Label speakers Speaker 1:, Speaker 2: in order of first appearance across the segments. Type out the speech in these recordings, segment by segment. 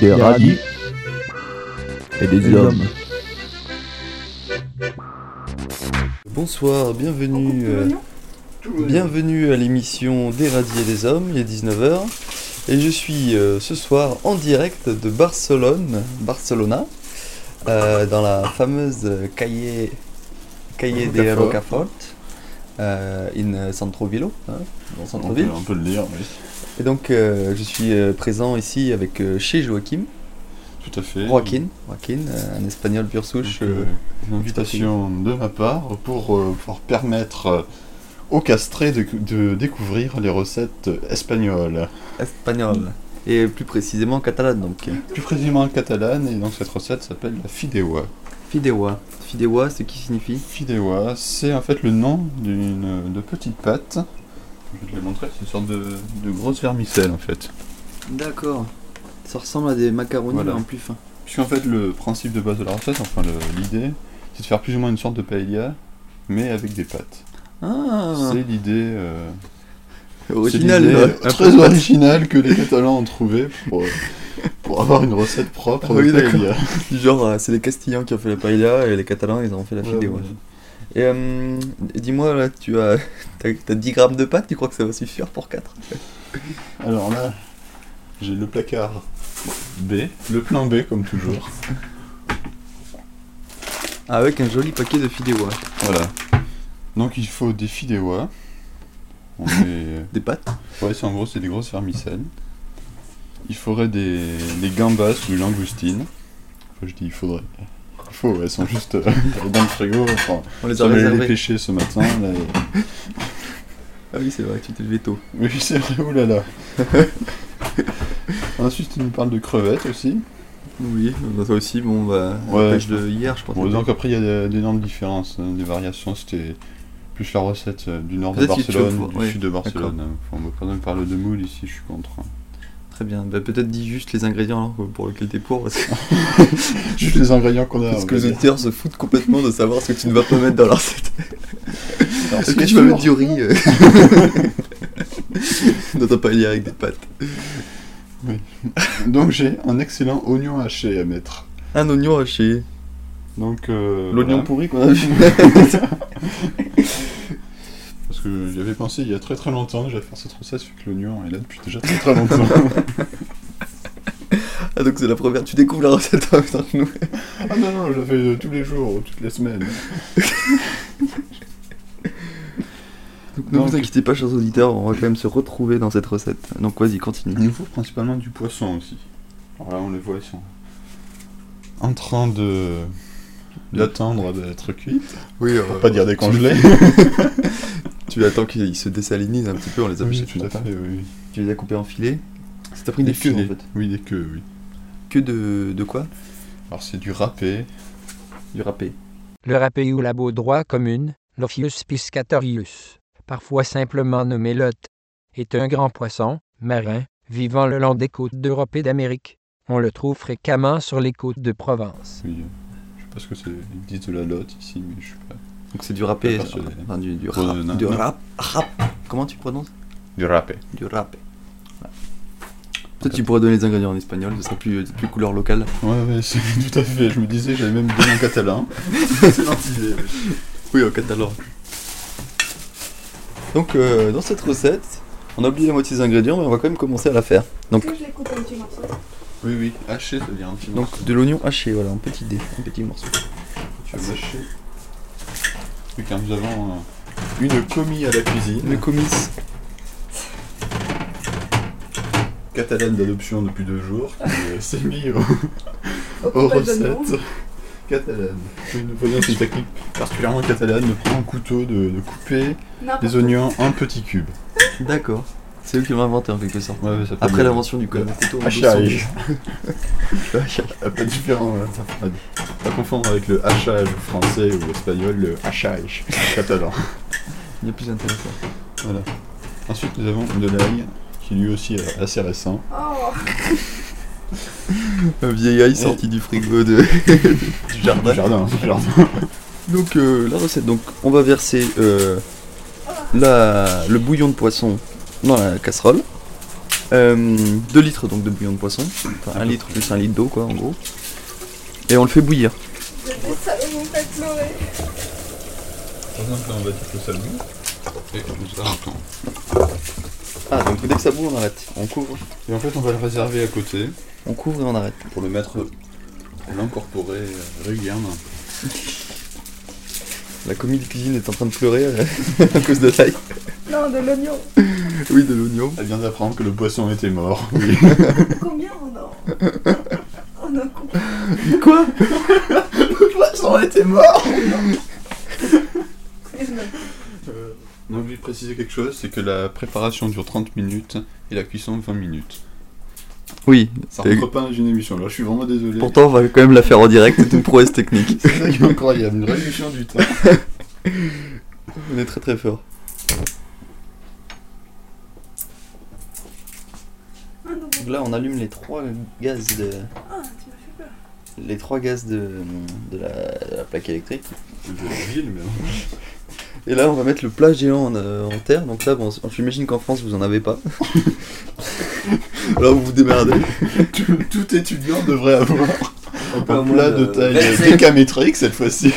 Speaker 1: Des radis et des hommes.
Speaker 2: Bonsoir, bienvenue, euh, bienvenue à l'émission Des radis et des hommes, il est 19h. Et je suis euh, ce soir en direct de Barcelone, Barcelona, euh, dans la fameuse Calle, calle de
Speaker 1: Rocafort.
Speaker 2: Rocafort, euh, in Centro Vilo, hein, dans le
Speaker 1: On
Speaker 2: centre-ville.
Speaker 1: peut, on peut le dire, oui.
Speaker 2: Et donc euh, je suis euh, présent ici avec euh, chez Joachim,
Speaker 1: Tout à fait.
Speaker 2: Joaquin, Joaquin, euh, un espagnol pure souche.
Speaker 1: Donc, euh,
Speaker 2: euh,
Speaker 1: une invitation de ma part pour euh, pouvoir permettre euh, aux castrés de, de découvrir les recettes espagnoles.
Speaker 2: euh, espagnol et plus précisément catalane donc.
Speaker 1: Plus précisément catalane, et donc cette recette s'appelle la fidewa.
Speaker 2: Fidewa. Fidewa, ce qui signifie
Speaker 1: Fidewa, c'est en fait le nom d'une de petite pâte. Je vais te la montrer, c'est une sorte de, de grosse vermicelle en fait.
Speaker 2: D'accord. Ça ressemble à des macaronis
Speaker 1: Voilà.
Speaker 2: mais en plus fin.
Speaker 1: Puisqu'en fait le principe de base de la recette, enfin le- l'idée, c'est de faire plus ou moins une sorte de paella, mais avec des pâtes.
Speaker 2: Ah
Speaker 1: C'est l'idée... euh,
Speaker 2: original. hein.
Speaker 1: C'est l'idée
Speaker 2: là.
Speaker 1: euh, très originale que les Catalans ont trouvé pour, euh, pour avoir une recette propre.
Speaker 2: Ah oui,
Speaker 1: de
Speaker 2: d'accord.
Speaker 1: paella.
Speaker 2: Genre euh, c'est les Castillans qui ont fait la paella et les Catalans ils ont fait la
Speaker 1: Euh,
Speaker 2: fidewa. Et euh, dis-moi là tu as t'as, t'as 10 grammes de pâte, tu crois que ça va suffire pour 4
Speaker 1: Alors là, j'ai le placard B, le plan B comme toujours.
Speaker 2: Ah, Avec un joli paquet de fidewa.
Speaker 1: Voilà. Donc il faut des fideuas. On met-
Speaker 2: Des pâtes
Speaker 1: Ouais, c'est en gros, c'est des grosses vermicelles. Il faudrait des, des gambas ou langoustines. Enfin, je dis il faudrait. Il faut, elles sont juste euh, dans le frigo. Enfin,
Speaker 2: On les a
Speaker 1: on allait les
Speaker 2: réservées.
Speaker 1: pêcher ce matin. là, et-
Speaker 2: Ah oui c'est vrai, tu t'es levé tôt.
Speaker 1: Oui, c'est vrai, oulala. Ensuite, il nous parle de crevettes aussi.
Speaker 2: Oui, bah, toi aussi, bon bah
Speaker 1: Ouais.
Speaker 2: la pêche de hier je pense.
Speaker 1: Bon,
Speaker 2: que-
Speaker 1: donc après, il y a d'énormes différences, hein, des variations. C'était plus la recette euh, du nord de
Speaker 2: Peut-être que tu vas
Speaker 1: Barcelone,
Speaker 2: pouvoir-
Speaker 1: du
Speaker 2: ouais,
Speaker 1: sud de Barcelone. hein. Enfin, on ne peut pas même parler de moules ici, je suis contre. hein.
Speaker 2: Très bien, bah, peut-être dis juste les ingrédients hein, pour lesquels t'es pour. Parce que...
Speaker 1: Juste les ingrédients qu'on a.
Speaker 2: Parce
Speaker 1: on
Speaker 2: que
Speaker 1: va
Speaker 2: les
Speaker 1: dire.
Speaker 2: auditeurs se foutent complètement de savoir ce que tu ne vas pas mettre dans leur set.
Speaker 1: Alors,
Speaker 2: Est-ce
Speaker 1: ce
Speaker 2: que
Speaker 1: qui
Speaker 2: tu vas
Speaker 1: est
Speaker 2: mettre du
Speaker 1: sûr-
Speaker 2: riz euh, dans ta paella avec des pâtes
Speaker 1: Donc, j'ai un excellent oignon haché à mettre.
Speaker 2: Un oignon haché.
Speaker 1: Donc, euh,
Speaker 2: L'oignon
Speaker 1: voilà.
Speaker 2: pourri qu'on a vu.
Speaker 1: Parce que j'y avais pensé il y a très très longtemps déjà faire cette recette, vu que l'oignon est là depuis déjà très très longtemps.
Speaker 2: ah donc c'est la première, tu découvres la recette en même temps que nous.
Speaker 1: Ah non, non, je la fais euh, tous les jours, toutes les semaines.
Speaker 2: Donc, ne
Speaker 1: Donc-
Speaker 2: vous inquiétez pas chers auditeurs, on va quand même se retrouver dans cette recette. Donc vas-y,
Speaker 1: Il
Speaker 2: continue.
Speaker 1: nous faut principalement du poisson aussi. Alors là, on les voit, ils sont en train de d'attendre d'être cuits.
Speaker 2: Oui, euh,
Speaker 1: Pour pas dire décongelés.
Speaker 2: Tu attends qu'ils se désalinisent un petit peu, on les a
Speaker 1: Ah Oui,
Speaker 2: fait
Speaker 1: tout à fait, oui.
Speaker 2: Tu les as coupés en filets. C'est t'as pris des queues en fait.
Speaker 1: Oui, des queues, oui.
Speaker 2: Que de, de quoi
Speaker 1: Alors c'est du râpé.
Speaker 2: Du râpé.
Speaker 3: Le râpé ou la baudroie commune, l'Ophius piscatorius, parfois simplement nommé lotte, est un grand poisson, marin, vivant le long des côtes d'Europe et d'Amérique. On le trouve fréquemment sur les côtes de Provence.
Speaker 1: Oui, euh, je sais pas ce que c'est. Ils disent de la lotte ici, mais je sais pas.
Speaker 2: Donc c'est du râpé,
Speaker 1: Pas persuadé.
Speaker 2: enfin, du, du
Speaker 1: Ouais,
Speaker 2: rap,
Speaker 1: non,
Speaker 2: du
Speaker 1: non.
Speaker 2: rap, rap. Comment tu prononces
Speaker 1: Du râpé.
Speaker 2: Du rap. Peut-être tu pourrais donner les ingrédients en espagnol, ce sera plus, plus couleur locale.
Speaker 1: Ouais, ouais, c'est tout à fait. Je me disais, j'avais même dit en catalan.
Speaker 2: Oui, au catalan. Donc euh, dans cette recette, on a oublié la moitié des ingrédients, mais on va quand même commencer à la faire. Donc,
Speaker 4: Est-ce que je les coupe en petits morceaux
Speaker 1: Oui, oui, haché, ça veut dire un petit
Speaker 2: donc de l'oignon haché, voilà, en petits dés, en petits morceaux.
Speaker 1: tu vas hacher. Oui, car nous avons euh, une commis à la cuisine.
Speaker 2: Le comice.
Speaker 1: catalane d'adoption depuis deux jours qui euh, s'est mis au-
Speaker 4: Au
Speaker 1: aux
Speaker 4: coupage de nom.
Speaker 1: recettes catalanes. Une voyons une technique particulièrement catalane de prendre un couteau, de, de couper
Speaker 4: N'importe
Speaker 1: les oignons en petits cubes.
Speaker 2: D'accord. C'est eux qui l'ont inventé en quelque sorte.
Speaker 1: Ouais, ouais, ça peut
Speaker 2: Après
Speaker 1: être-
Speaker 2: l'invention du code.
Speaker 1: Ah, Hachage.
Speaker 2: Le hachage.
Speaker 1: Ah, Pas différent, hein, ça faut pas, pas confondre avec le hachage français ou espagnol, le hachage catalan.
Speaker 2: Il y a plus intéressant.
Speaker 1: Voilà. Ensuite, nous avons de l'ail qui lui aussi est assez récent.
Speaker 4: Oh,
Speaker 2: Un vieil ail sorti du frigo de, du jardin.
Speaker 1: Du jardin, du jardin.
Speaker 2: Donc euh, la recette, donc on va verser euh, la- le bouillon de poisson dans la casserole. Euh, 2 litres donc de bouillon de poisson. Enfin, 1 litre plus 1 litre d'eau, quoi, en gros. Et on le fait bouillir.
Speaker 4: Ça va vous faire pleurer.
Speaker 1: on va toucher le salmon. Et attends.
Speaker 2: Ah, donc dès que ça boue, on arrête. On couvre.
Speaker 1: Et en fait, on va le réserver à côté
Speaker 2: On couvre et on arrête.
Speaker 1: pour le mettre, pour l'incorporer euh, régulièrement.
Speaker 2: La commis de cuisine est en train de pleurer euh, à cause de l'ail.
Speaker 4: Non, de l'oignon.
Speaker 2: Oui, de l'oignon.
Speaker 1: Elle vient d'apprendre que le poisson était mort. Oui.
Speaker 4: Combien on en On en coupe.
Speaker 2: Quoi Le poisson était mort
Speaker 1: Euh, On a oublié de préciser quelque chose, c'est que la préparation dure 30 minutes et la cuisson 20 minutes.
Speaker 2: Oui,
Speaker 1: Ça
Speaker 2: Et-
Speaker 1: rentre pas dans une émission, là je suis vraiment désolé.
Speaker 2: pourtant on va quand même la faire en direct, c'est une prouesse technique.
Speaker 1: c'est ça qui est incroyable, une réduction du temps.
Speaker 2: On est très très fort.
Speaker 4: Un nouveau.
Speaker 2: Donc là on allume les trois gaz de,
Speaker 4: Ah, tu m'as fait peur.
Speaker 2: les trois gaz de, de la, de la plaque électrique.
Speaker 1: De ville, mais bon.
Speaker 2: Et là on va mettre le plat géant en, euh, en terre, donc là bon, j'imagine qu'en France vous en avez pas. Alors vous vous démerdez.
Speaker 1: tout, tout étudiant devrait avoir
Speaker 5: Pas
Speaker 1: un
Speaker 5: moins
Speaker 1: plat de
Speaker 5: de
Speaker 1: taille
Speaker 5: 25.
Speaker 1: décamétrique cette fois-ci.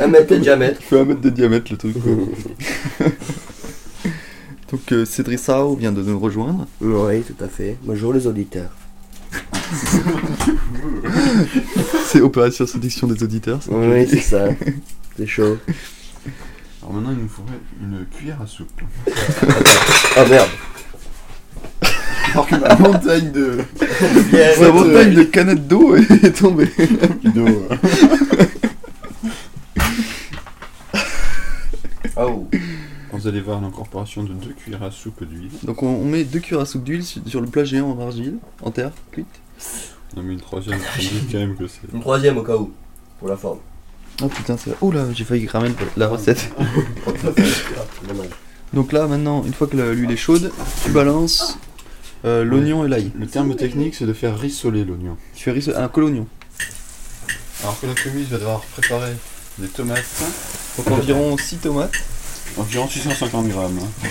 Speaker 5: Un mètre de diamètre.
Speaker 2: Je fais un mètre de diamètre le truc. donc euh, Cédric Sao vient de nous rejoindre.
Speaker 5: Oui, tout à fait. Bonjour les auditeurs.
Speaker 2: C'est opération séduction des auditeurs. ça.
Speaker 5: Oui, c'est ça. C'est chaud.
Speaker 1: Alors maintenant il nous faudrait une cuillère à soupe.
Speaker 5: Ah merde.
Speaker 1: Alors que la montagne de...
Speaker 2: La montagne de canettes d'eau est tombée.
Speaker 1: d'eau, euh,
Speaker 5: Oh.
Speaker 1: Vous allez voir l'incorporation de deux cuillères à soupe d'huile.
Speaker 2: Donc on, on met deux cuillères à soupe d'huile su- sur le plat géant en argile, en terre, cuite.
Speaker 1: Non mais une troisième, je me dis quand même que c'est...
Speaker 5: Une troisième au cas où. Pour la forme.
Speaker 2: Ah putain, c'est... Oh là, j'ai failli cramer le- la recette.
Speaker 5: Dommage.
Speaker 2: Donc là, maintenant, une fois que la- l'huile est chaude, tu balances euh, l'oignon et l'ail.
Speaker 1: Le terme technique c'est de faire rissoler l'oignon.
Speaker 2: Tu fais risso- un colognon.
Speaker 1: Alors que la commise va devoir préparer des tomates,
Speaker 2: Donc environ 6 tomates.
Speaker 1: environ 650 grammes. hein.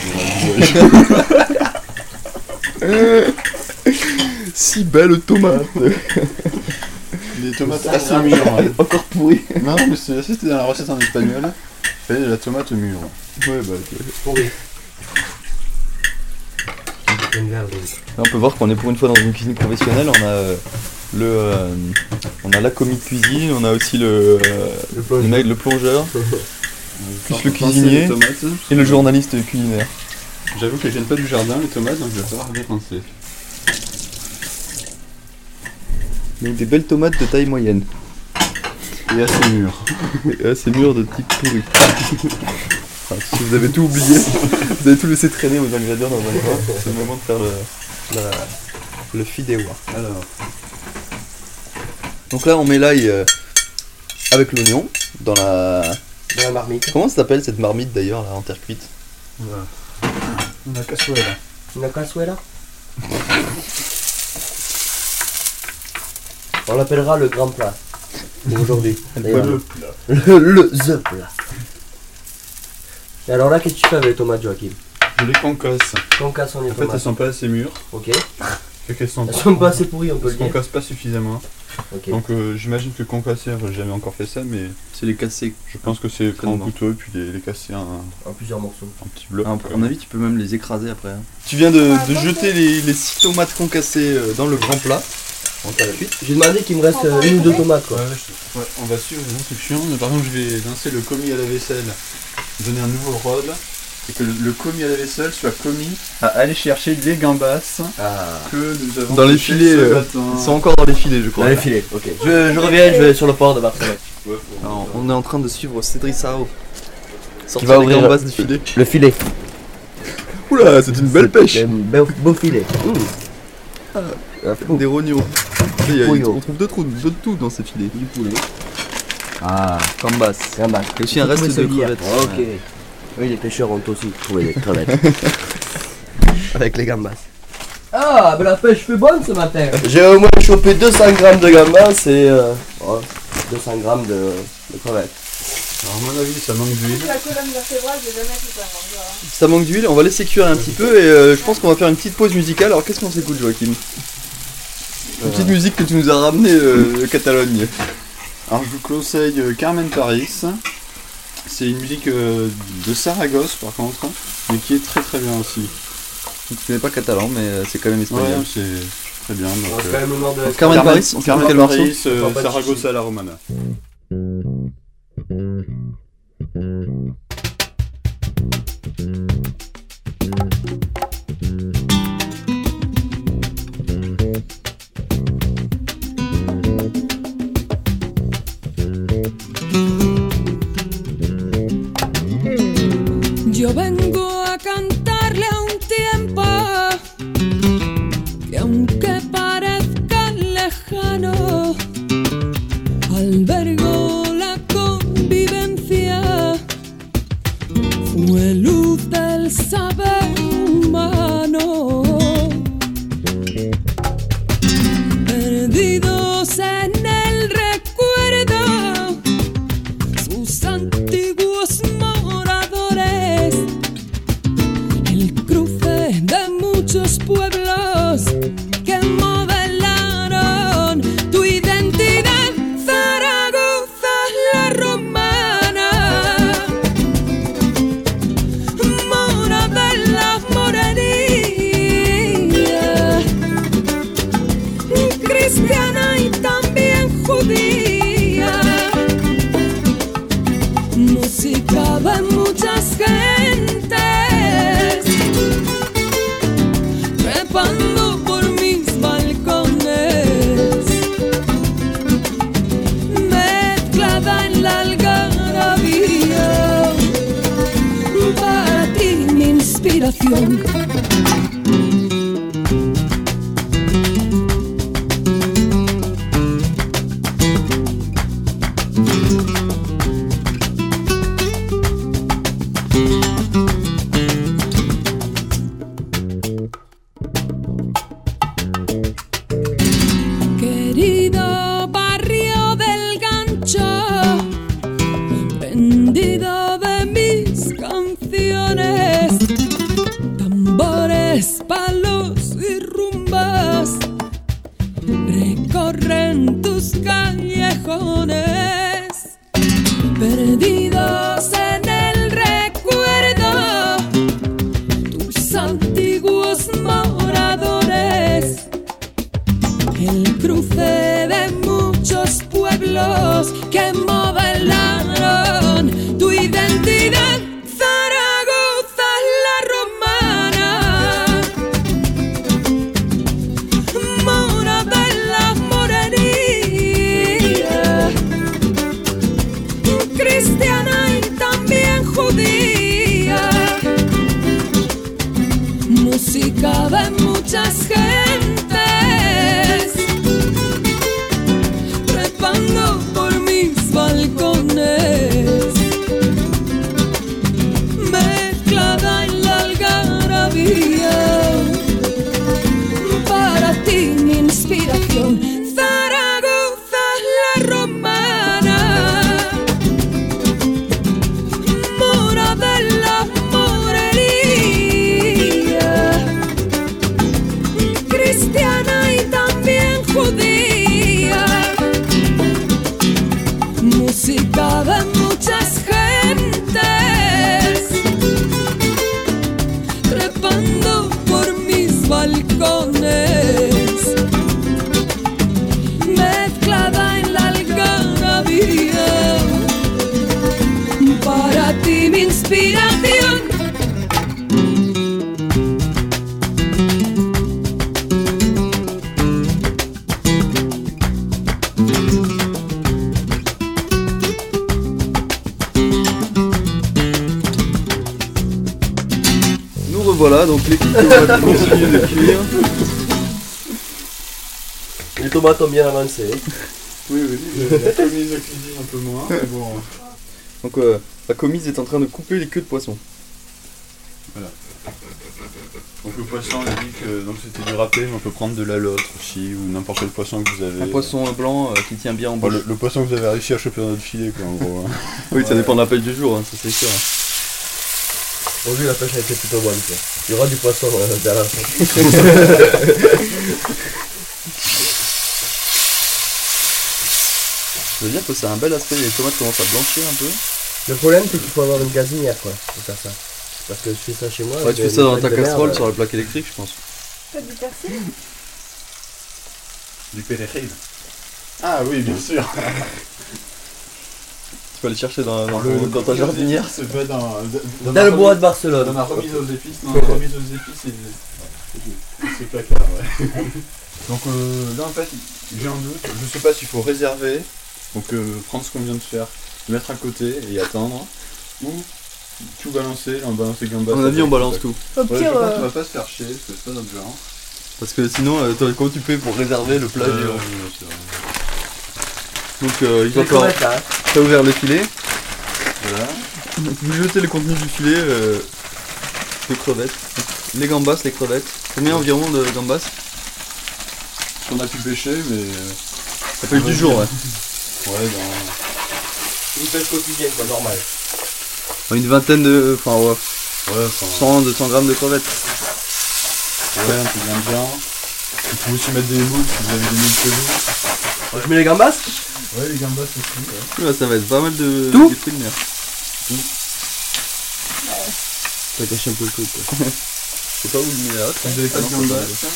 Speaker 2: 6 belles tomates
Speaker 1: Des tomates
Speaker 5: Ah,
Speaker 1: assez mûres. hein.
Speaker 2: Encore pourries.
Speaker 1: Non, mais c'est- c'était dans la recette en espagnol. Il fallait de la tomate mûre.
Speaker 2: Ouais, bah,
Speaker 5: Pourri. Une verre d'eau.
Speaker 2: Là, on peut voir qu'on est pour une fois dans une cuisine professionnelle. On a euh, le, euh, on a la commis de cuisine, on a aussi le, euh,
Speaker 5: Le
Speaker 2: le
Speaker 5: plonge.
Speaker 2: mec, le plongeur
Speaker 1: Sans
Speaker 2: le
Speaker 1: penser
Speaker 2: cuisinier.
Speaker 1: les tomates.
Speaker 2: et le journaliste culinaire.
Speaker 1: J'avoue qu'elles viennent pas du jardin, les tomates, donc je vais falloir bien penser.
Speaker 2: Donc des belles tomates de taille moyenne.
Speaker 1: Et assez mûres.
Speaker 2: Et assez mûres de type pourri. Enfin, si vous avez tout oublié, vous avez tout laissé traîner aux ingrédients dans votre coin. C'est le moment de faire le, la, le fideuà.
Speaker 1: Alors,
Speaker 2: Donc là, on met l'ail euh, avec l'oignon dans la.
Speaker 5: Dans la marmite.
Speaker 2: Comment ça s'appelle cette marmite d'ailleurs là en terre cuite
Speaker 1: la casserole.
Speaker 5: Una cazuela. On l'appellera le grand plat. Pour aujourd'hui. D'ailleurs.
Speaker 2: le
Speaker 5: Le, le the plat. Et alors là, qu'est-ce que tu fais avec les tomates, Joachim
Speaker 1: Je les concasse.
Speaker 5: Qu'on casse, on est
Speaker 1: En fait, elles
Speaker 5: tomates.
Speaker 1: sont pas assez mûres.
Speaker 5: Ok.
Speaker 1: Fait qu'elles sont
Speaker 5: Elles sont pas assez pourries, on peut
Speaker 1: Parce
Speaker 5: le
Speaker 1: qu'on
Speaker 5: dire.
Speaker 1: casse pas suffisamment.
Speaker 5: Ok.
Speaker 1: Donc euh, j'imagine que concasseur, j'ai jamais encore fait ça, mais
Speaker 2: C'est les cassés.
Speaker 1: je pense que c'est prendre
Speaker 2: bon.
Speaker 1: un couteau et puis les, les casser en,
Speaker 5: En plusieurs morceaux.
Speaker 1: en petits blocs.
Speaker 2: Ah,
Speaker 1: euh,
Speaker 2: à mon avis, tu peux même les écraser après. hein. Tu viens de,
Speaker 4: Ah,
Speaker 2: de
Speaker 4: bon,
Speaker 2: jeter les, les six tomates concassées euh, dans le grand plat.
Speaker 5: J'ai demandé qu'il me reste euh, une ou deux tomates, quoi.
Speaker 1: Ouais, je- ouais, on va suivre les instructions. Par exemple, je vais lancer le commis à la vaisselle, donner un nouveau rôle, et que le, le commis à la vaisselle soit commis à aller chercher les gambas
Speaker 5: Ah.
Speaker 1: que nous avons
Speaker 2: Dans les
Speaker 1: pêchées
Speaker 2: filets,
Speaker 1: ce
Speaker 2: euh,
Speaker 1: matin.
Speaker 2: Ils sont encore dans les filets, je crois.
Speaker 5: Dans les filets, ok. Je, je reviens, je vais sur le port de Barcelone.
Speaker 1: Ouais, faut-
Speaker 2: Alors, on est en train de suivre Cédric Sao. Sortir
Speaker 5: Qui va
Speaker 2: les
Speaker 5: ouvrir
Speaker 2: gambas
Speaker 5: le-
Speaker 2: du filet.
Speaker 5: Le filet.
Speaker 2: Oula, c'est une belle pêche
Speaker 5: Un beau, beau filet. Ah,
Speaker 2: Des rognons. Tu sais, il y a-
Speaker 5: Rognons.
Speaker 2: on trouve deux trous, deux tout dans ces filets. Du poulet.
Speaker 5: Ah,
Speaker 2: Gambas.
Speaker 5: gambas.
Speaker 2: Et aussi un reste de crevettes.
Speaker 5: Ah, Ok. Oui, les pêcheurs ont aussi trouvé des crevettes. Avec les gambas. Ah, ben la pêche fait bonne ce matin. J'ai au moins oh, chopé 200 grammes de gambas et euh, ouais, 200 grammes de, de crevettes.
Speaker 1: Alors, à mon avis, ça manque d'huile.
Speaker 4: La colonne vertébrale, j'ai jamais fait ça. alors, voilà.
Speaker 2: Ça manque d'huile, on va laisser cuire un petit peu et euh, je pense qu'on va faire une petite pause musicale. Alors qu'est-ce qu'on s'écoute Joachim
Speaker 5: Euh.
Speaker 2: Une petite musique que tu nous as ramenée euh, de Catalogne.
Speaker 1: Alors, je vous conseille euh, Carmen Paris. C'est une musique euh, de Saragosse, par contre, hein, mais qui est très très bien aussi.
Speaker 2: Tu n'est pas catalan mais euh, c'est quand même
Speaker 1: Ouais,
Speaker 2: espagnol.
Speaker 1: c'est très bien. donc,
Speaker 5: On reste
Speaker 1: euh,
Speaker 5: quand même au nord de la-
Speaker 2: Donc, Carmen Paris, on s'écoute
Speaker 1: Carmen
Speaker 2: quel morceau
Speaker 1: Paris, euh,
Speaker 5: Enfin, pas de
Speaker 1: Saragosse à la Romana.
Speaker 6: Yo vengo a cantarle a un tiempo que aunque parezca lejano, albergo la convivencia. Fue luz del saber humano. Perdidos en el recuerdo, sus antiguos moradores, el cruce de muchos pueblos que modelaron tu identidad. Zaragoza la romana, mora de la morería, cristiana y también judía música de muchas gentes, trepando por mis balcones, mezclada en la algarabía, para ti mi inspiración. Querido barrio del gancho, prendido de mis canciones, tambores, palos y rumbas, recorren tus callejones, perdidos en el recuerdo, tus antiguos moradores el cruce de muchos pueblos que modelaron tu identidad. Zaragoza la romana, mora de la morería, cristiana y también judía música de muchas gentes, trepando por mis balcones, mezclada en la algarabía, para ti mi inspiración. Zaragoza la romana, mora de la morería, cristiana y también judía, música de muchas gentes, trepando por mis balcones, mezclada en la algarabía para ti mi inspiración.
Speaker 2: Nous revoilà, donc les picots continuent de cuire.
Speaker 5: Les tomates ont bien avancé. hein.
Speaker 1: Oui, oui, euh, la commise de cuisine un peu moins. Bon,
Speaker 2: Donc euh, la commise est en train de couper les queues de poisson.
Speaker 1: Donc le poisson, il dit que donc c'était du râpé, mais on peut prendre de la lotte aussi, ou n'importe quel poisson que vous avez.
Speaker 2: Un poisson blanc euh, qui tient bien en
Speaker 1: Enfin,
Speaker 2: bouche.
Speaker 1: le, le poisson que vous avez réussi à choper dans notre filet, quoi, en gros. hein.
Speaker 2: Oui, ça dépend de la pêche du jour, hein, ça c'est sûr.
Speaker 5: Aujourd'hui, la pêche a été plutôt bonne. Quoi. Il y aura du poisson euh, derrière.
Speaker 2: Je veux dire que c'est un bel aspect, les tomates commencent à blanchir un peu.
Speaker 5: Le problème, c'est qu'il faut avoir une gazinière quoi, pour faire ça. Parce que je fais ça chez moi.
Speaker 2: Ouais, tu fais ça dans ta casserole sur la plaque électrique, je pense.
Speaker 4: T'as du persil
Speaker 1: Du péréril. Ah oui, bien sûr.
Speaker 2: Tu peux aller chercher dans, dans,
Speaker 1: Le-
Speaker 2: ton- dans ta jardinière.
Speaker 1: C'est pas dans. Dans,
Speaker 5: Dans
Speaker 1: ma
Speaker 5: le
Speaker 1: remise-
Speaker 5: bois de Barcelone.
Speaker 1: Dans ma remise aux épices, non, la remise aux épices, c'est. c'est- C'est placard, ouais. Donc euh, là, en fait, j'ai un doute. Je sais pas s'il faut réserver, donc euh, prendre ce qu'on vient de faire, mettre à côté et attendre, ou tout balancer, là, on balance les gambas.
Speaker 2: À mon avis, on balance tout.
Speaker 4: Au
Speaker 1: Ouais, je
Speaker 4: pire,
Speaker 1: pense qu'on
Speaker 4: euh,
Speaker 1: va pas se faire chier, c'est ça notre genre.
Speaker 2: Parce que sinon, euh, toi, comment tu fais pour réserver le plat du
Speaker 1: Euh,
Speaker 2: jour
Speaker 1: c'est vrai.
Speaker 2: Donc, euh, il
Speaker 5: Je
Speaker 2: va
Speaker 5: vais
Speaker 2: falloir.
Speaker 5: commettre, là. hein.
Speaker 2: T'as ouvert le filet.
Speaker 1: Voilà.
Speaker 2: Vous jetez le contenu du filet. euh, les crevettes. Les gambas, les crevettes. Combien environ de gambas
Speaker 1: On a pu pêcher, mais. euh,
Speaker 2: Ça fait du jour, ouais.
Speaker 1: Ouais, ben, dans.
Speaker 5: Une pêche quotidienne, quoi, normal.
Speaker 2: Une vingtaine de. Enfin, ouais,
Speaker 1: Ouais, enfin.
Speaker 2: 100, 200 grammes de crevettes.
Speaker 1: Ouais, on peut bien bien. Vous pouvez aussi mettre des moules si vous avez des moules chez vous.
Speaker 5: Je mets les gambas
Speaker 1: Ouais, les gambas aussi, ouais.
Speaker 2: Ouais, ça va être pas mal de.
Speaker 5: Tout
Speaker 2: des trucs de mer.
Speaker 5: T'as caché un peu le truc, quoi.
Speaker 2: C'est pas où le met la haute, hein.
Speaker 1: Vous avez pas
Speaker 2: Ah
Speaker 1: de
Speaker 2: non,
Speaker 1: gambas
Speaker 2: c'est
Speaker 1: tiens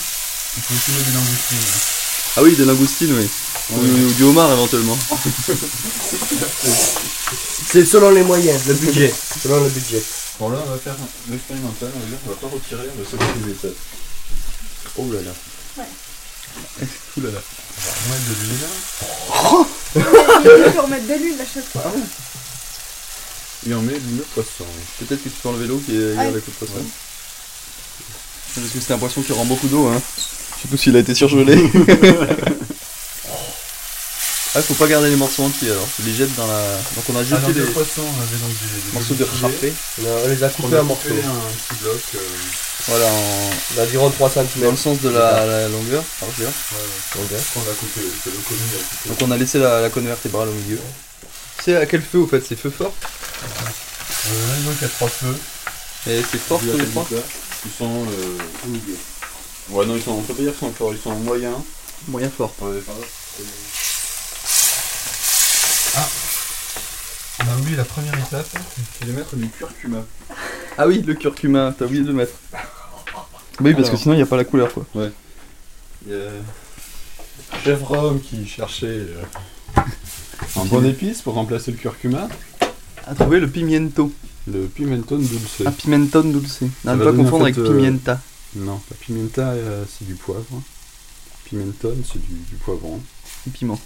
Speaker 1: Vous pouvez aussi mettre des langoustines.
Speaker 2: pas- Ah oui, des langoustines, oui. Ou-
Speaker 1: Ouais.
Speaker 2: ou du homard éventuellement.
Speaker 5: C'est selon les moyens, le budget. selon le budget.
Speaker 1: Bon, là, on va faire l'expérimental, on va dire qu'on va pas retirer, on va sauter les étapes.
Speaker 5: Oh là là.
Speaker 2: Ouh là là.
Speaker 1: On va mettre de l'huile.
Speaker 4: il faut remettre de l'huile à chaque fois.
Speaker 1: Et on met le poisson.
Speaker 2: Peut-être que tu peux enlever l'eau qui est
Speaker 4: Ah.
Speaker 2: avec le poisson. Parce que c'est un poisson qui rend beaucoup d'eau, hein. Surtout s'il a été surgelé. ah, faut pas garder les morceaux entiers alors. Tu les jettes dans la. Donc on a jeté
Speaker 1: Alors,
Speaker 2: des
Speaker 1: le poisson, on avait donc des, des
Speaker 2: morceaux de
Speaker 1: filets.
Speaker 2: râpé.
Speaker 5: On, a- on les a
Speaker 1: On
Speaker 5: coupés
Speaker 1: a
Speaker 5: en morceaux.
Speaker 2: hein.
Speaker 1: coupé un petit bloc. euh,
Speaker 2: Voilà, en-
Speaker 5: D'environ 3
Speaker 2: dans
Speaker 5: cm.
Speaker 2: le sens de la, la longueur, largeur.
Speaker 1: ouais, qu'on a coupé, c'est le commis a coupé.
Speaker 2: Donc on a laissé la, la cône vertébrale au milieu. C'est à quel feu au fait C'est feu fort
Speaker 1: Euh, donc il y a trois feux.
Speaker 2: Et c'est fort
Speaker 1: Ils
Speaker 2: tous les
Speaker 1: appellent
Speaker 2: trois
Speaker 1: ça. Ils sont euh, au milieu. Ouais, non, ils sont, on peut pas dire qu'ils sont forts, ils sont moyens.
Speaker 2: Moyen fort.
Speaker 1: Ouais, Ah On a oublié la première étape, c'est de mettre du curcuma.
Speaker 2: Ah oui, le curcuma, t'as oublié de le mettre. Oui, parce que
Speaker 1: Alors.
Speaker 2: sinon il n'y a pas la couleur quoi.
Speaker 1: Il y a Chef Rome qui cherchait euh, un bon épice pour remplacer le curcuma,
Speaker 2: À trouver le pimiento.
Speaker 1: le pimenton dulce.
Speaker 2: Ah, pimenton dulce.
Speaker 1: Ça
Speaker 2: À
Speaker 1: va
Speaker 2: ne pas
Speaker 1: donner, en
Speaker 2: confondre
Speaker 1: fait,
Speaker 2: avec
Speaker 1: euh,
Speaker 2: pimienta.
Speaker 1: Non, la pimenta euh, c'est du poivre, pimenton c'est du, du poivron.
Speaker 2: Le Piment.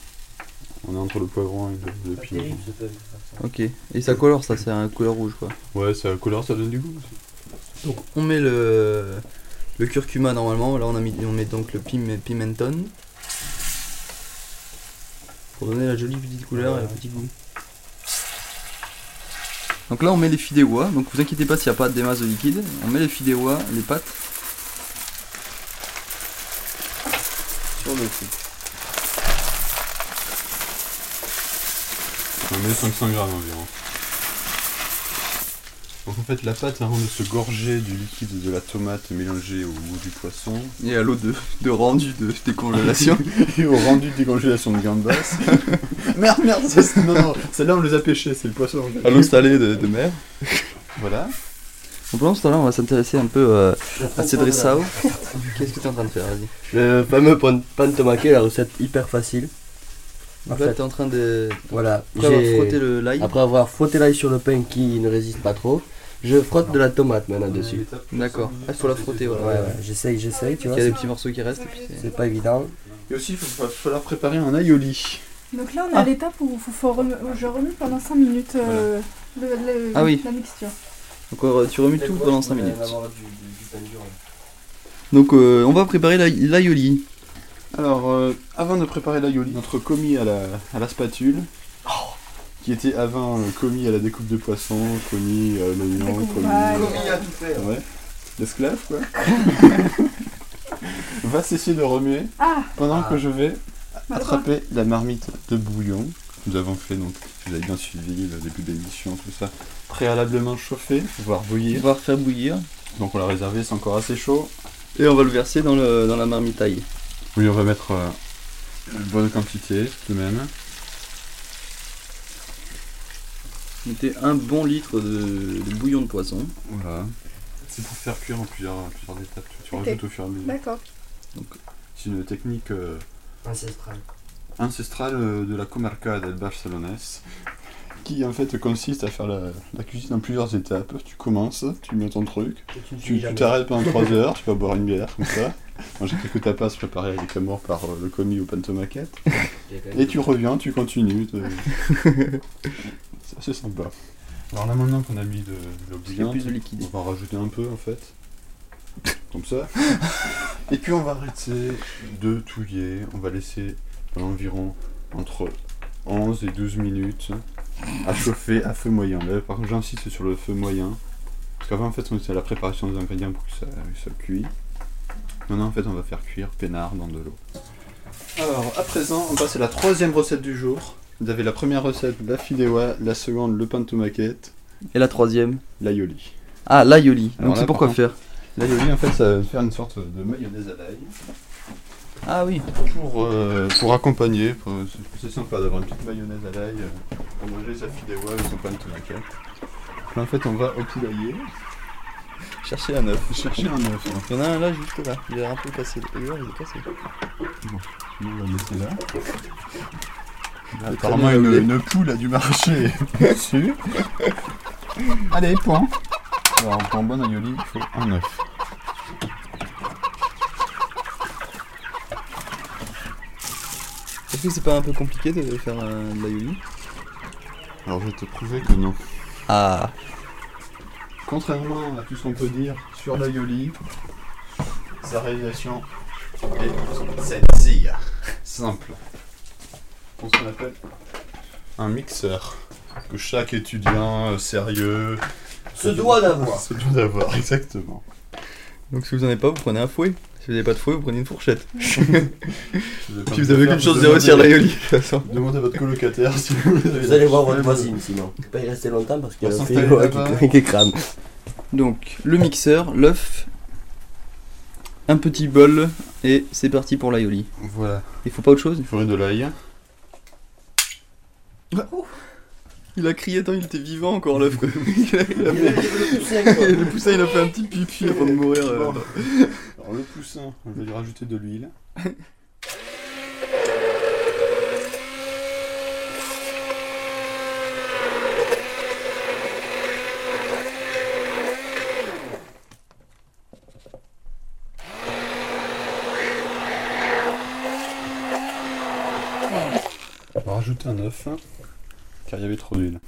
Speaker 1: On est entre le poivron et le, le piment.
Speaker 2: Ok. Et
Speaker 1: euh,
Speaker 2: ça colore, ça, c'est un couleur rouge quoi.
Speaker 1: Ouais, ça colore, ça donne du goût aussi.
Speaker 2: Donc on met le, le curcuma normalement. Là on, a mis, on met donc le pim- pimenton. Pour donner la jolie petite couleur et le petit goût. Donc là on met les fideuà. Donc vous inquiétez pas s'il n'y a pas des masses de liquide. On met les fideuà, les pâtes. Sur le truc.
Speaker 1: On met 500 grammes environ. Donc en fait la pâte avant de se gorger du liquide de la tomate mélangé au goût du poisson
Speaker 2: Et à l'eau de, de rendu de décongélation.
Speaker 1: et au rendu de décongélation de gambas.
Speaker 2: merde, merde, ça, c'est-
Speaker 1: non non, celle-là on les a pêchés, c'est le poisson.
Speaker 2: à l'eau salée de, de mer.
Speaker 1: Voilà.
Speaker 2: En pendant ce temps-là, on va s'intéresser un peu euh,
Speaker 1: Oh,
Speaker 2: à Cedressao. euh, Qu'est-ce que t'es en train de faire Vas-y.
Speaker 5: Ah, Le fameux pan, pan tomaqué, la recette hyper facile. En
Speaker 2: Donc là,
Speaker 5: fait,
Speaker 2: t'es en train de.
Speaker 5: voilà.
Speaker 2: Après avoir
Speaker 5: j'ai-
Speaker 2: frotté le l'ail.
Speaker 5: Après avoir frotté l'ail sur le pain qui ne résiste pas trop, je frotte de la tomate maintenant dessus.
Speaker 2: D'accord. Il faut la frotter,
Speaker 5: Ouais,
Speaker 2: voilà.
Speaker 5: ouais, j'essaye, j'essaye, tu
Speaker 2: Il
Speaker 5: vois.
Speaker 2: y a des petits morceaux qui restent. et puis c'est-
Speaker 5: C'est pas évident.
Speaker 1: Et aussi il va falloir préparer un aioli.
Speaker 4: Donc là, on est à l'étape où, faut- faut remue- où je remue pendant 5 minutes euh, le- le-
Speaker 2: Ah oui.
Speaker 4: la mixture.
Speaker 2: Donc euh, tu remues tout pendant 5 minutes. Donc euh, on va préparer l'ail- l'aioli.
Speaker 1: Alors euh, avant de préparer l'aioli, notre commis à la, à la spatule, qui était avant euh, commis à la découpe de poisson, commis à l'oignon,
Speaker 4: Découpage.
Speaker 1: commis...
Speaker 4: Commis
Speaker 1: Ouais. L'esclave, quoi. Va cesser de remuer
Speaker 4: Ah
Speaker 1: pendant
Speaker 5: Ah.
Speaker 1: que je vais attraper la marmite de bouillon. Nous avons fait, donc, si vous avez bien suivi le début de l'émission, tout ça, préalablement chauffé, voire bouillir.
Speaker 2: pouvoir faire bouillir.
Speaker 1: Donc on l'a réservé, c'est encore assez chaud.
Speaker 2: Et on va le verser dans, le, dans la marmitaille.
Speaker 1: Oui, on va mettre euh, une bonne quantité, tout de même.
Speaker 2: Mettez un bon litre de, de bouillon de poisson.
Speaker 1: Voilà. C'est pour faire cuire en plusieurs, plusieurs étapes. Tu, tu
Speaker 4: Ok.
Speaker 1: rajoutes au fur et à mesure.
Speaker 4: D'accord.
Speaker 1: C'est une technique euh,
Speaker 5: Ancestral.
Speaker 1: ancestrale euh, de la comarca del Barcelones, qui en fait consiste à faire la, la cuisine en plusieurs étapes. Tu commences, tu mets ton truc,
Speaker 5: Que tu ne
Speaker 1: tu
Speaker 5: suis
Speaker 1: tu
Speaker 5: jamais.
Speaker 1: t'arrêtes pendant 3 heures, tu vas boire une bière comme ça, manger quelques tapas préparés avec amour par euh, le commis au pantomaquette,
Speaker 5: Il y a quand même-
Speaker 1: et tu reviens, tu continues. te- C'est assez sympa. Alors là maintenant qu'on a mis de, de l'eau
Speaker 2: Il y a
Speaker 1: bouillante,
Speaker 2: plus de liquide.
Speaker 1: on va en rajouter un peu en fait. Comme ça. Et puis on va arrêter de touiller. On va laisser pendant environ entre 11 et 12 minutes à chauffer à feu moyen. Là, par contre j'insiste sur le feu moyen. Parce qu'avant en fait on était à la préparation des ingrédients pour que ça, que ça cuit. Maintenant en fait on va faire cuire peinard dans de l'eau. Alors à présent on passe à la troisième recette du jour. Vous avez la première recette, la fidewa, la seconde, le pain de tomaquette,
Speaker 2: Et la troisième
Speaker 1: l'aioli.
Speaker 2: Ah, l'aioli.
Speaker 1: Alors
Speaker 2: Donc
Speaker 1: là,
Speaker 2: c'est pourquoi
Speaker 1: par
Speaker 2: faire
Speaker 1: L'aioli, en fait, ça va faire une sorte de mayonnaise à l'ail.
Speaker 2: Ah oui.
Speaker 1: Pour, euh, pour accompagner, pour- c'est- c'est sympa d'avoir une petite mayonnaise à l'ail euh, pour manger sa fideuà avec son pain de tomate. Là, en fait, on va au poulailler
Speaker 2: Cherchez un œuf.
Speaker 1: chercher un œuf. hein.
Speaker 2: Il y en a un là, juste là. Il est un peu cassé. D'ailleurs, il est cassé.
Speaker 1: Nous, on va le laisser là.
Speaker 2: C'est
Speaker 1: Là, apparemment,
Speaker 2: très bien
Speaker 1: une,
Speaker 2: roulé.
Speaker 1: une poule a dû marcher dessus. Allez, point. Alors, pour un bon aioli, il faut un œuf.
Speaker 2: Est-ce que c'est pas un peu compliqué de faire un, de l'aioli
Speaker 1: Alors, je vais te prouver que non.
Speaker 2: Ah.
Speaker 1: Contrairement à tout ce qu'on peut dire sur la Yoli, sa réalisation est celle-ci. Simple. On s'en appelle un mixeur que chaque étudiant euh, sérieux
Speaker 5: Se doit d'avoir.
Speaker 1: se doit d'avoir, exactement.
Speaker 2: Donc si vous en avez pas, vous prenez un fouet. Si vous n'avez pas de fouet, vous prenez une fourchette.
Speaker 1: Si
Speaker 2: Puis vous avez aucune chance de réussir l'aioli. de toute façon.
Speaker 1: Demandez à votre colocataire si vous avez
Speaker 5: Vous
Speaker 1: la
Speaker 5: allez voir
Speaker 1: flemme.
Speaker 5: votre voisine sinon. Il peut pas y rester longtemps parce qu'il y a
Speaker 1: On
Speaker 5: un
Speaker 1: s'en
Speaker 5: frigo
Speaker 1: fait là-bas.
Speaker 5: qui, qui crame.
Speaker 2: Donc le mixeur, l'œuf, un petit bol et c'est parti pour l'aioli.
Speaker 1: Voilà.
Speaker 2: Il faut pas autre chose
Speaker 1: Il faudrait de l'ail.
Speaker 2: Il a crié tant il était vivant encore l'œuf quoi. Il a- il a-
Speaker 5: Il y a le poussin, quoi.
Speaker 2: le poussin il a fait un petit pipi avant de mourir. euh.
Speaker 1: Bon. Alors le poussin, on va lui rajouter de l'huile. On va rajouter un œuf, hein, car il y avait trop d'huile.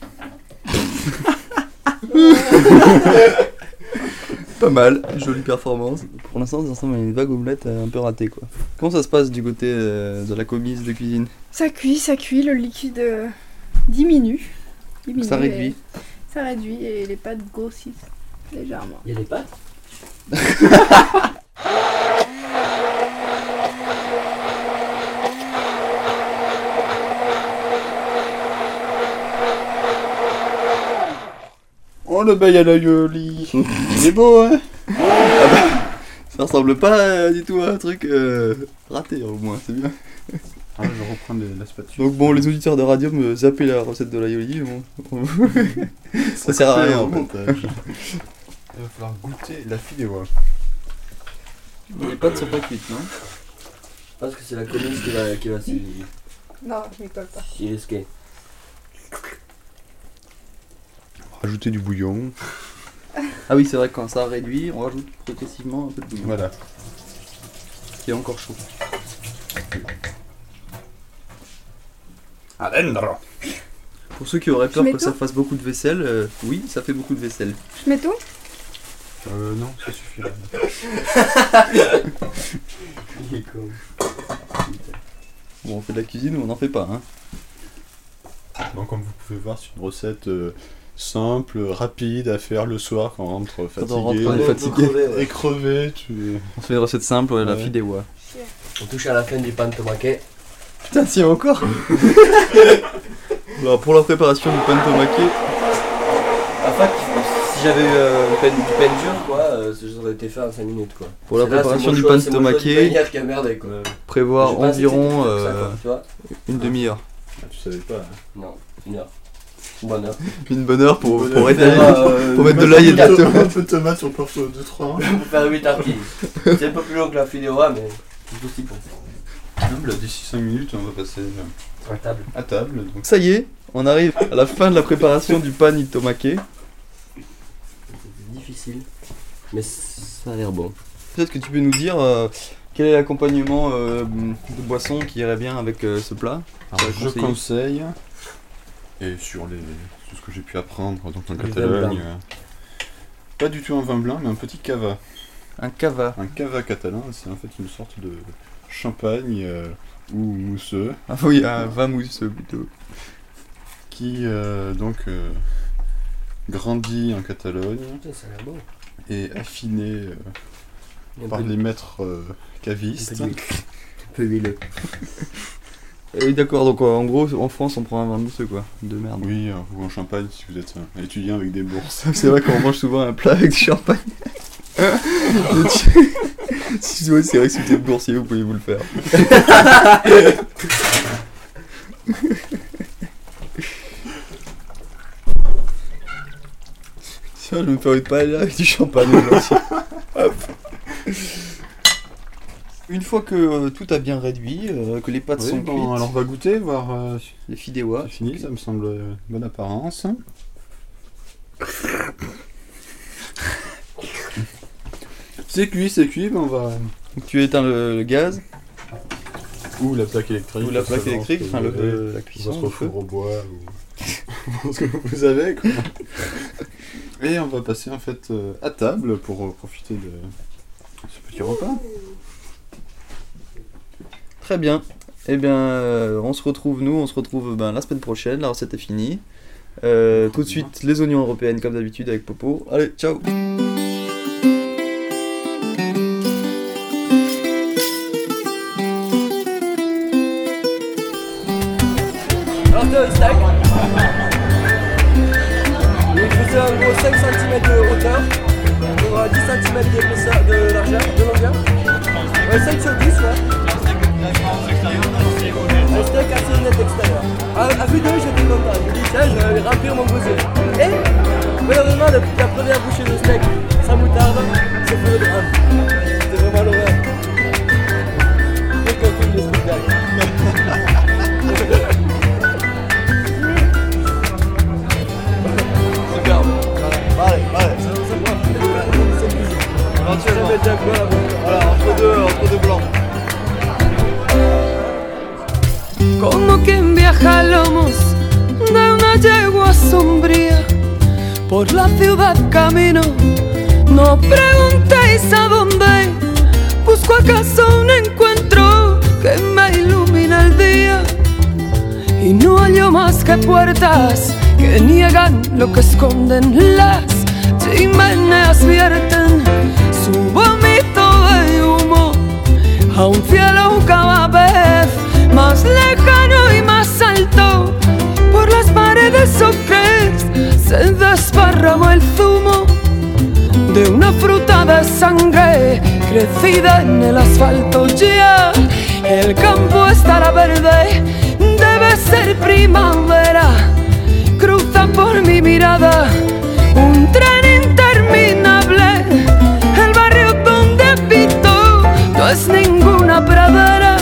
Speaker 2: Pas mal, jolie performance. Pour l'instant, ça ressemble à une vague omelette euh, un peu ratée quoi. Comment ça se passe du côté euh, de la commise de cuisine
Speaker 4: Ça cuit, ça cuit, le liquide euh, diminue. Diminue
Speaker 2: Ça
Speaker 4: et-
Speaker 2: réduit.
Speaker 4: Ça réduit et les pâtes grossissent légèrement.
Speaker 5: Il y a des pâtes.
Speaker 1: On le baille à l'aioli Il est beau, hein
Speaker 2: Ah bah, Ça ressemble pas euh, du tout à un truc euh, raté au moins, c'est bien.
Speaker 1: Ah, je reprends les- la spatule.
Speaker 2: Donc bon, les auditeurs de radio me zappaient la recette de l'aioli. hein. bon. ça sert à rien en fait.
Speaker 1: Il va falloir goûter la hein. fidewa.
Speaker 2: Les pâtes sont pas cuites, non
Speaker 5: Je pense que c'est la commune qui va, qui va s'y
Speaker 4: Non, je m'école pas.
Speaker 5: s'y risquer.
Speaker 1: Rajouter du bouillon.
Speaker 2: Ah oui, c'est vrai que quand ça réduit, on rajoute progressivement un peu de bouillon
Speaker 1: Voilà.
Speaker 2: qui est encore chaud.
Speaker 1: Ah, Alendra
Speaker 2: Pour ceux qui auraient
Speaker 4: Je
Speaker 2: peur
Speaker 4: mets
Speaker 2: que ça
Speaker 4: tout
Speaker 2: fasse beaucoup de vaisselle, euh, oui, ça fait beaucoup de vaisselle.
Speaker 4: Je mets tout
Speaker 1: Euh, non, ça suffit. là.
Speaker 5: Il est con.
Speaker 2: Bon, on fait de la cuisine ou on n'en fait pas, hein
Speaker 1: Donc, comme vous pouvez voir, c'est une recette euh, simple, rapide à faire le soir quand on rentre
Speaker 2: Quand
Speaker 1: fatigué,
Speaker 2: on rentre, on est fatigué.
Speaker 1: et crevé. Tu...
Speaker 2: On fait une recette simple, ouais, la
Speaker 1: Ouais.
Speaker 2: fille des oies.
Speaker 5: On touche à la fin du pan de maquet.
Speaker 2: Putain, s'il y a encore Alors, pour la préparation du pan tomaki,
Speaker 5: La fac, si j'avais euh, une peine, une peine dure, quoi, euh, ça aurait été fait en 5 minutes, quoi.
Speaker 2: pour la
Speaker 5: C'est là,
Speaker 2: préparation
Speaker 5: c'est
Speaker 2: du
Speaker 5: mon choix,
Speaker 2: pan
Speaker 5: c'est mon choix de
Speaker 2: tomaki,
Speaker 5: panière qui a merdé, quoi.
Speaker 2: prévoir
Speaker 5: J'ai pas assez de
Speaker 2: environ
Speaker 5: technique pour ça,
Speaker 2: euh,
Speaker 5: quoi, tu vois
Speaker 2: une demi-heure.
Speaker 1: Ah, tu savais pas.
Speaker 5: Non, une heure. Une bonne heure.
Speaker 2: Une bonne heure pour, pour
Speaker 5: Pour faire,
Speaker 2: étaler.
Speaker 5: euh,
Speaker 2: pour mettre de
Speaker 5: une
Speaker 2: l'ail et de la
Speaker 5: bonne
Speaker 2: tomate.
Speaker 1: Un peu de tomate sur le plateau de 3
Speaker 5: heure Pour faire 8 tartines. C'est un peu plus long que la fille des rois, mais c'est tout aussi bon.
Speaker 1: D'ici 5 minutes, on va passer
Speaker 5: Sur la table.
Speaker 1: à table. Donc.
Speaker 2: Ça y est, on arrive à la fin de la préparation du pan tomaki.
Speaker 5: C'est difficile, mais ça a l'air bon.
Speaker 2: Peut-être que tu peux nous dire euh, quel est l'accompagnement euh, de boisson qui irait bien avec euh, ce plat
Speaker 1: Alors,
Speaker 2: Ça,
Speaker 1: je
Speaker 2: conseiller.
Speaker 1: conseille, et sur les, tout ce que j'ai pu apprendre donc en
Speaker 5: Du vin
Speaker 1: Catalogne,
Speaker 5: blanc.
Speaker 1: euh, pas du tout un vin blanc, mais un petit cava.
Speaker 2: Un cava.
Speaker 1: Un cava catalan, c'est en fait une sorte de champagne euh, ou mousseux
Speaker 2: Ah oui, un vin mousseux plutôt.
Speaker 1: qui euh, donc euh, grandit en Catalogne
Speaker 5: Putain, ça a l'air bon.
Speaker 1: et affiné euh,
Speaker 5: Il y a un
Speaker 1: par
Speaker 5: peu de-
Speaker 1: les maîtres euh,
Speaker 5: un
Speaker 1: cavistes.
Speaker 5: peu de- un peu huileux.
Speaker 2: Et d'accord, donc euh, en gros, en France, on prend un vin mousseux quoi, de merde.
Speaker 1: Oui, euh, ou en Champagne si vous êtes euh, étudiant avec des bourses.
Speaker 2: C'est vrai qu'on mange souvent un plat avec du champagne. Et tu- si ouais, c'est vrai que si vous êtes boursier, vous pouvez vous le faire. Tiens, je vais me faire une paella avec du champagne aujourd'hui. Hop. Une fois que euh, tout a bien réduit, euh, que les pâtes
Speaker 1: Oui,
Speaker 2: sont
Speaker 1: bon,
Speaker 2: cuites,
Speaker 1: alors on va goûter, voir euh, si
Speaker 2: les fideuà,
Speaker 1: c'est fini, ça me semble euh, bonne apparence. C'est cuit, c'est cuit, ben on va...
Speaker 2: donc tu éteins le, le gaz
Speaker 1: Ou la plaque électrique.
Speaker 2: ou la
Speaker 1: parce
Speaker 2: plaque
Speaker 1: que vraiment,
Speaker 2: électrique,
Speaker 1: ce que
Speaker 2: enfin le-
Speaker 1: vous avez,
Speaker 2: le- la cuisson.
Speaker 1: Votre
Speaker 2: le feu.
Speaker 1: four au bois ou... ce que vous avez, quoi. Et on va passer en fait euh, à table pour euh, profiter de ce petit repas.
Speaker 2: Très bien. Eh bien, euh, on se retrouve, nous, on se retrouve ben, la semaine prochaine. La recette est finie. Euh, tout de suite, les oignons européennes, comme d'habitude, avec Popo. Allez, ciao
Speaker 5: Alors, t'as un stack. Il faisait en gros 5 cm de hauteur pour euh, 10 cm d'épaisseur de largeur, de longueur. Ouais, 5 sur 10, ouais. Un steak assez net extérieur. À, à vue d'œil, j'étais content. Je me dis, tiens, je vais remplir mon gosier. Et, malheureusement, la, la première bouchée de steak sans moutarde, c'est pour le drame. C'était vraiment l'horreur. Et qu'on filme les spectacles. Superbe. Allez, allez. Éventuellement. Voilà, entre deux, entre deux blancs.
Speaker 6: Como quien viaja a lomos de una yegua sombría por la ciudad camino. No preguntéis a dónde, busco acaso un encuentro que me ilumina el día. Y no hallo más que puertas que niegan lo que esconden las chimeneas vierten su vómito de humo a un cielo cada vez más lejano y más alto. Por las paredes ocres se desparrama el zumo de una fruta de sangre crecida en el asfalto. Ya el campo estará verde, debe ser primavera. Cruza por mi mirada un tren interminable. El barrio donde habito no es ninguna pradera.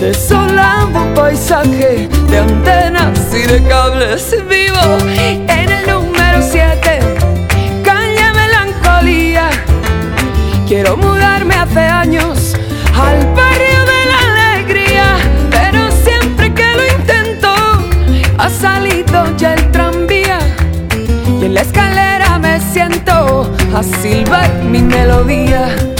Speaker 6: Desolado paisaje de antenas y de cables. Vivo en el número 7, calle melancolía. Quiero mudarme hace años al barrio de la alegría, pero siempre que lo intento ha salido ya el tranvía y en la escalera me siento a silbar mi melodía.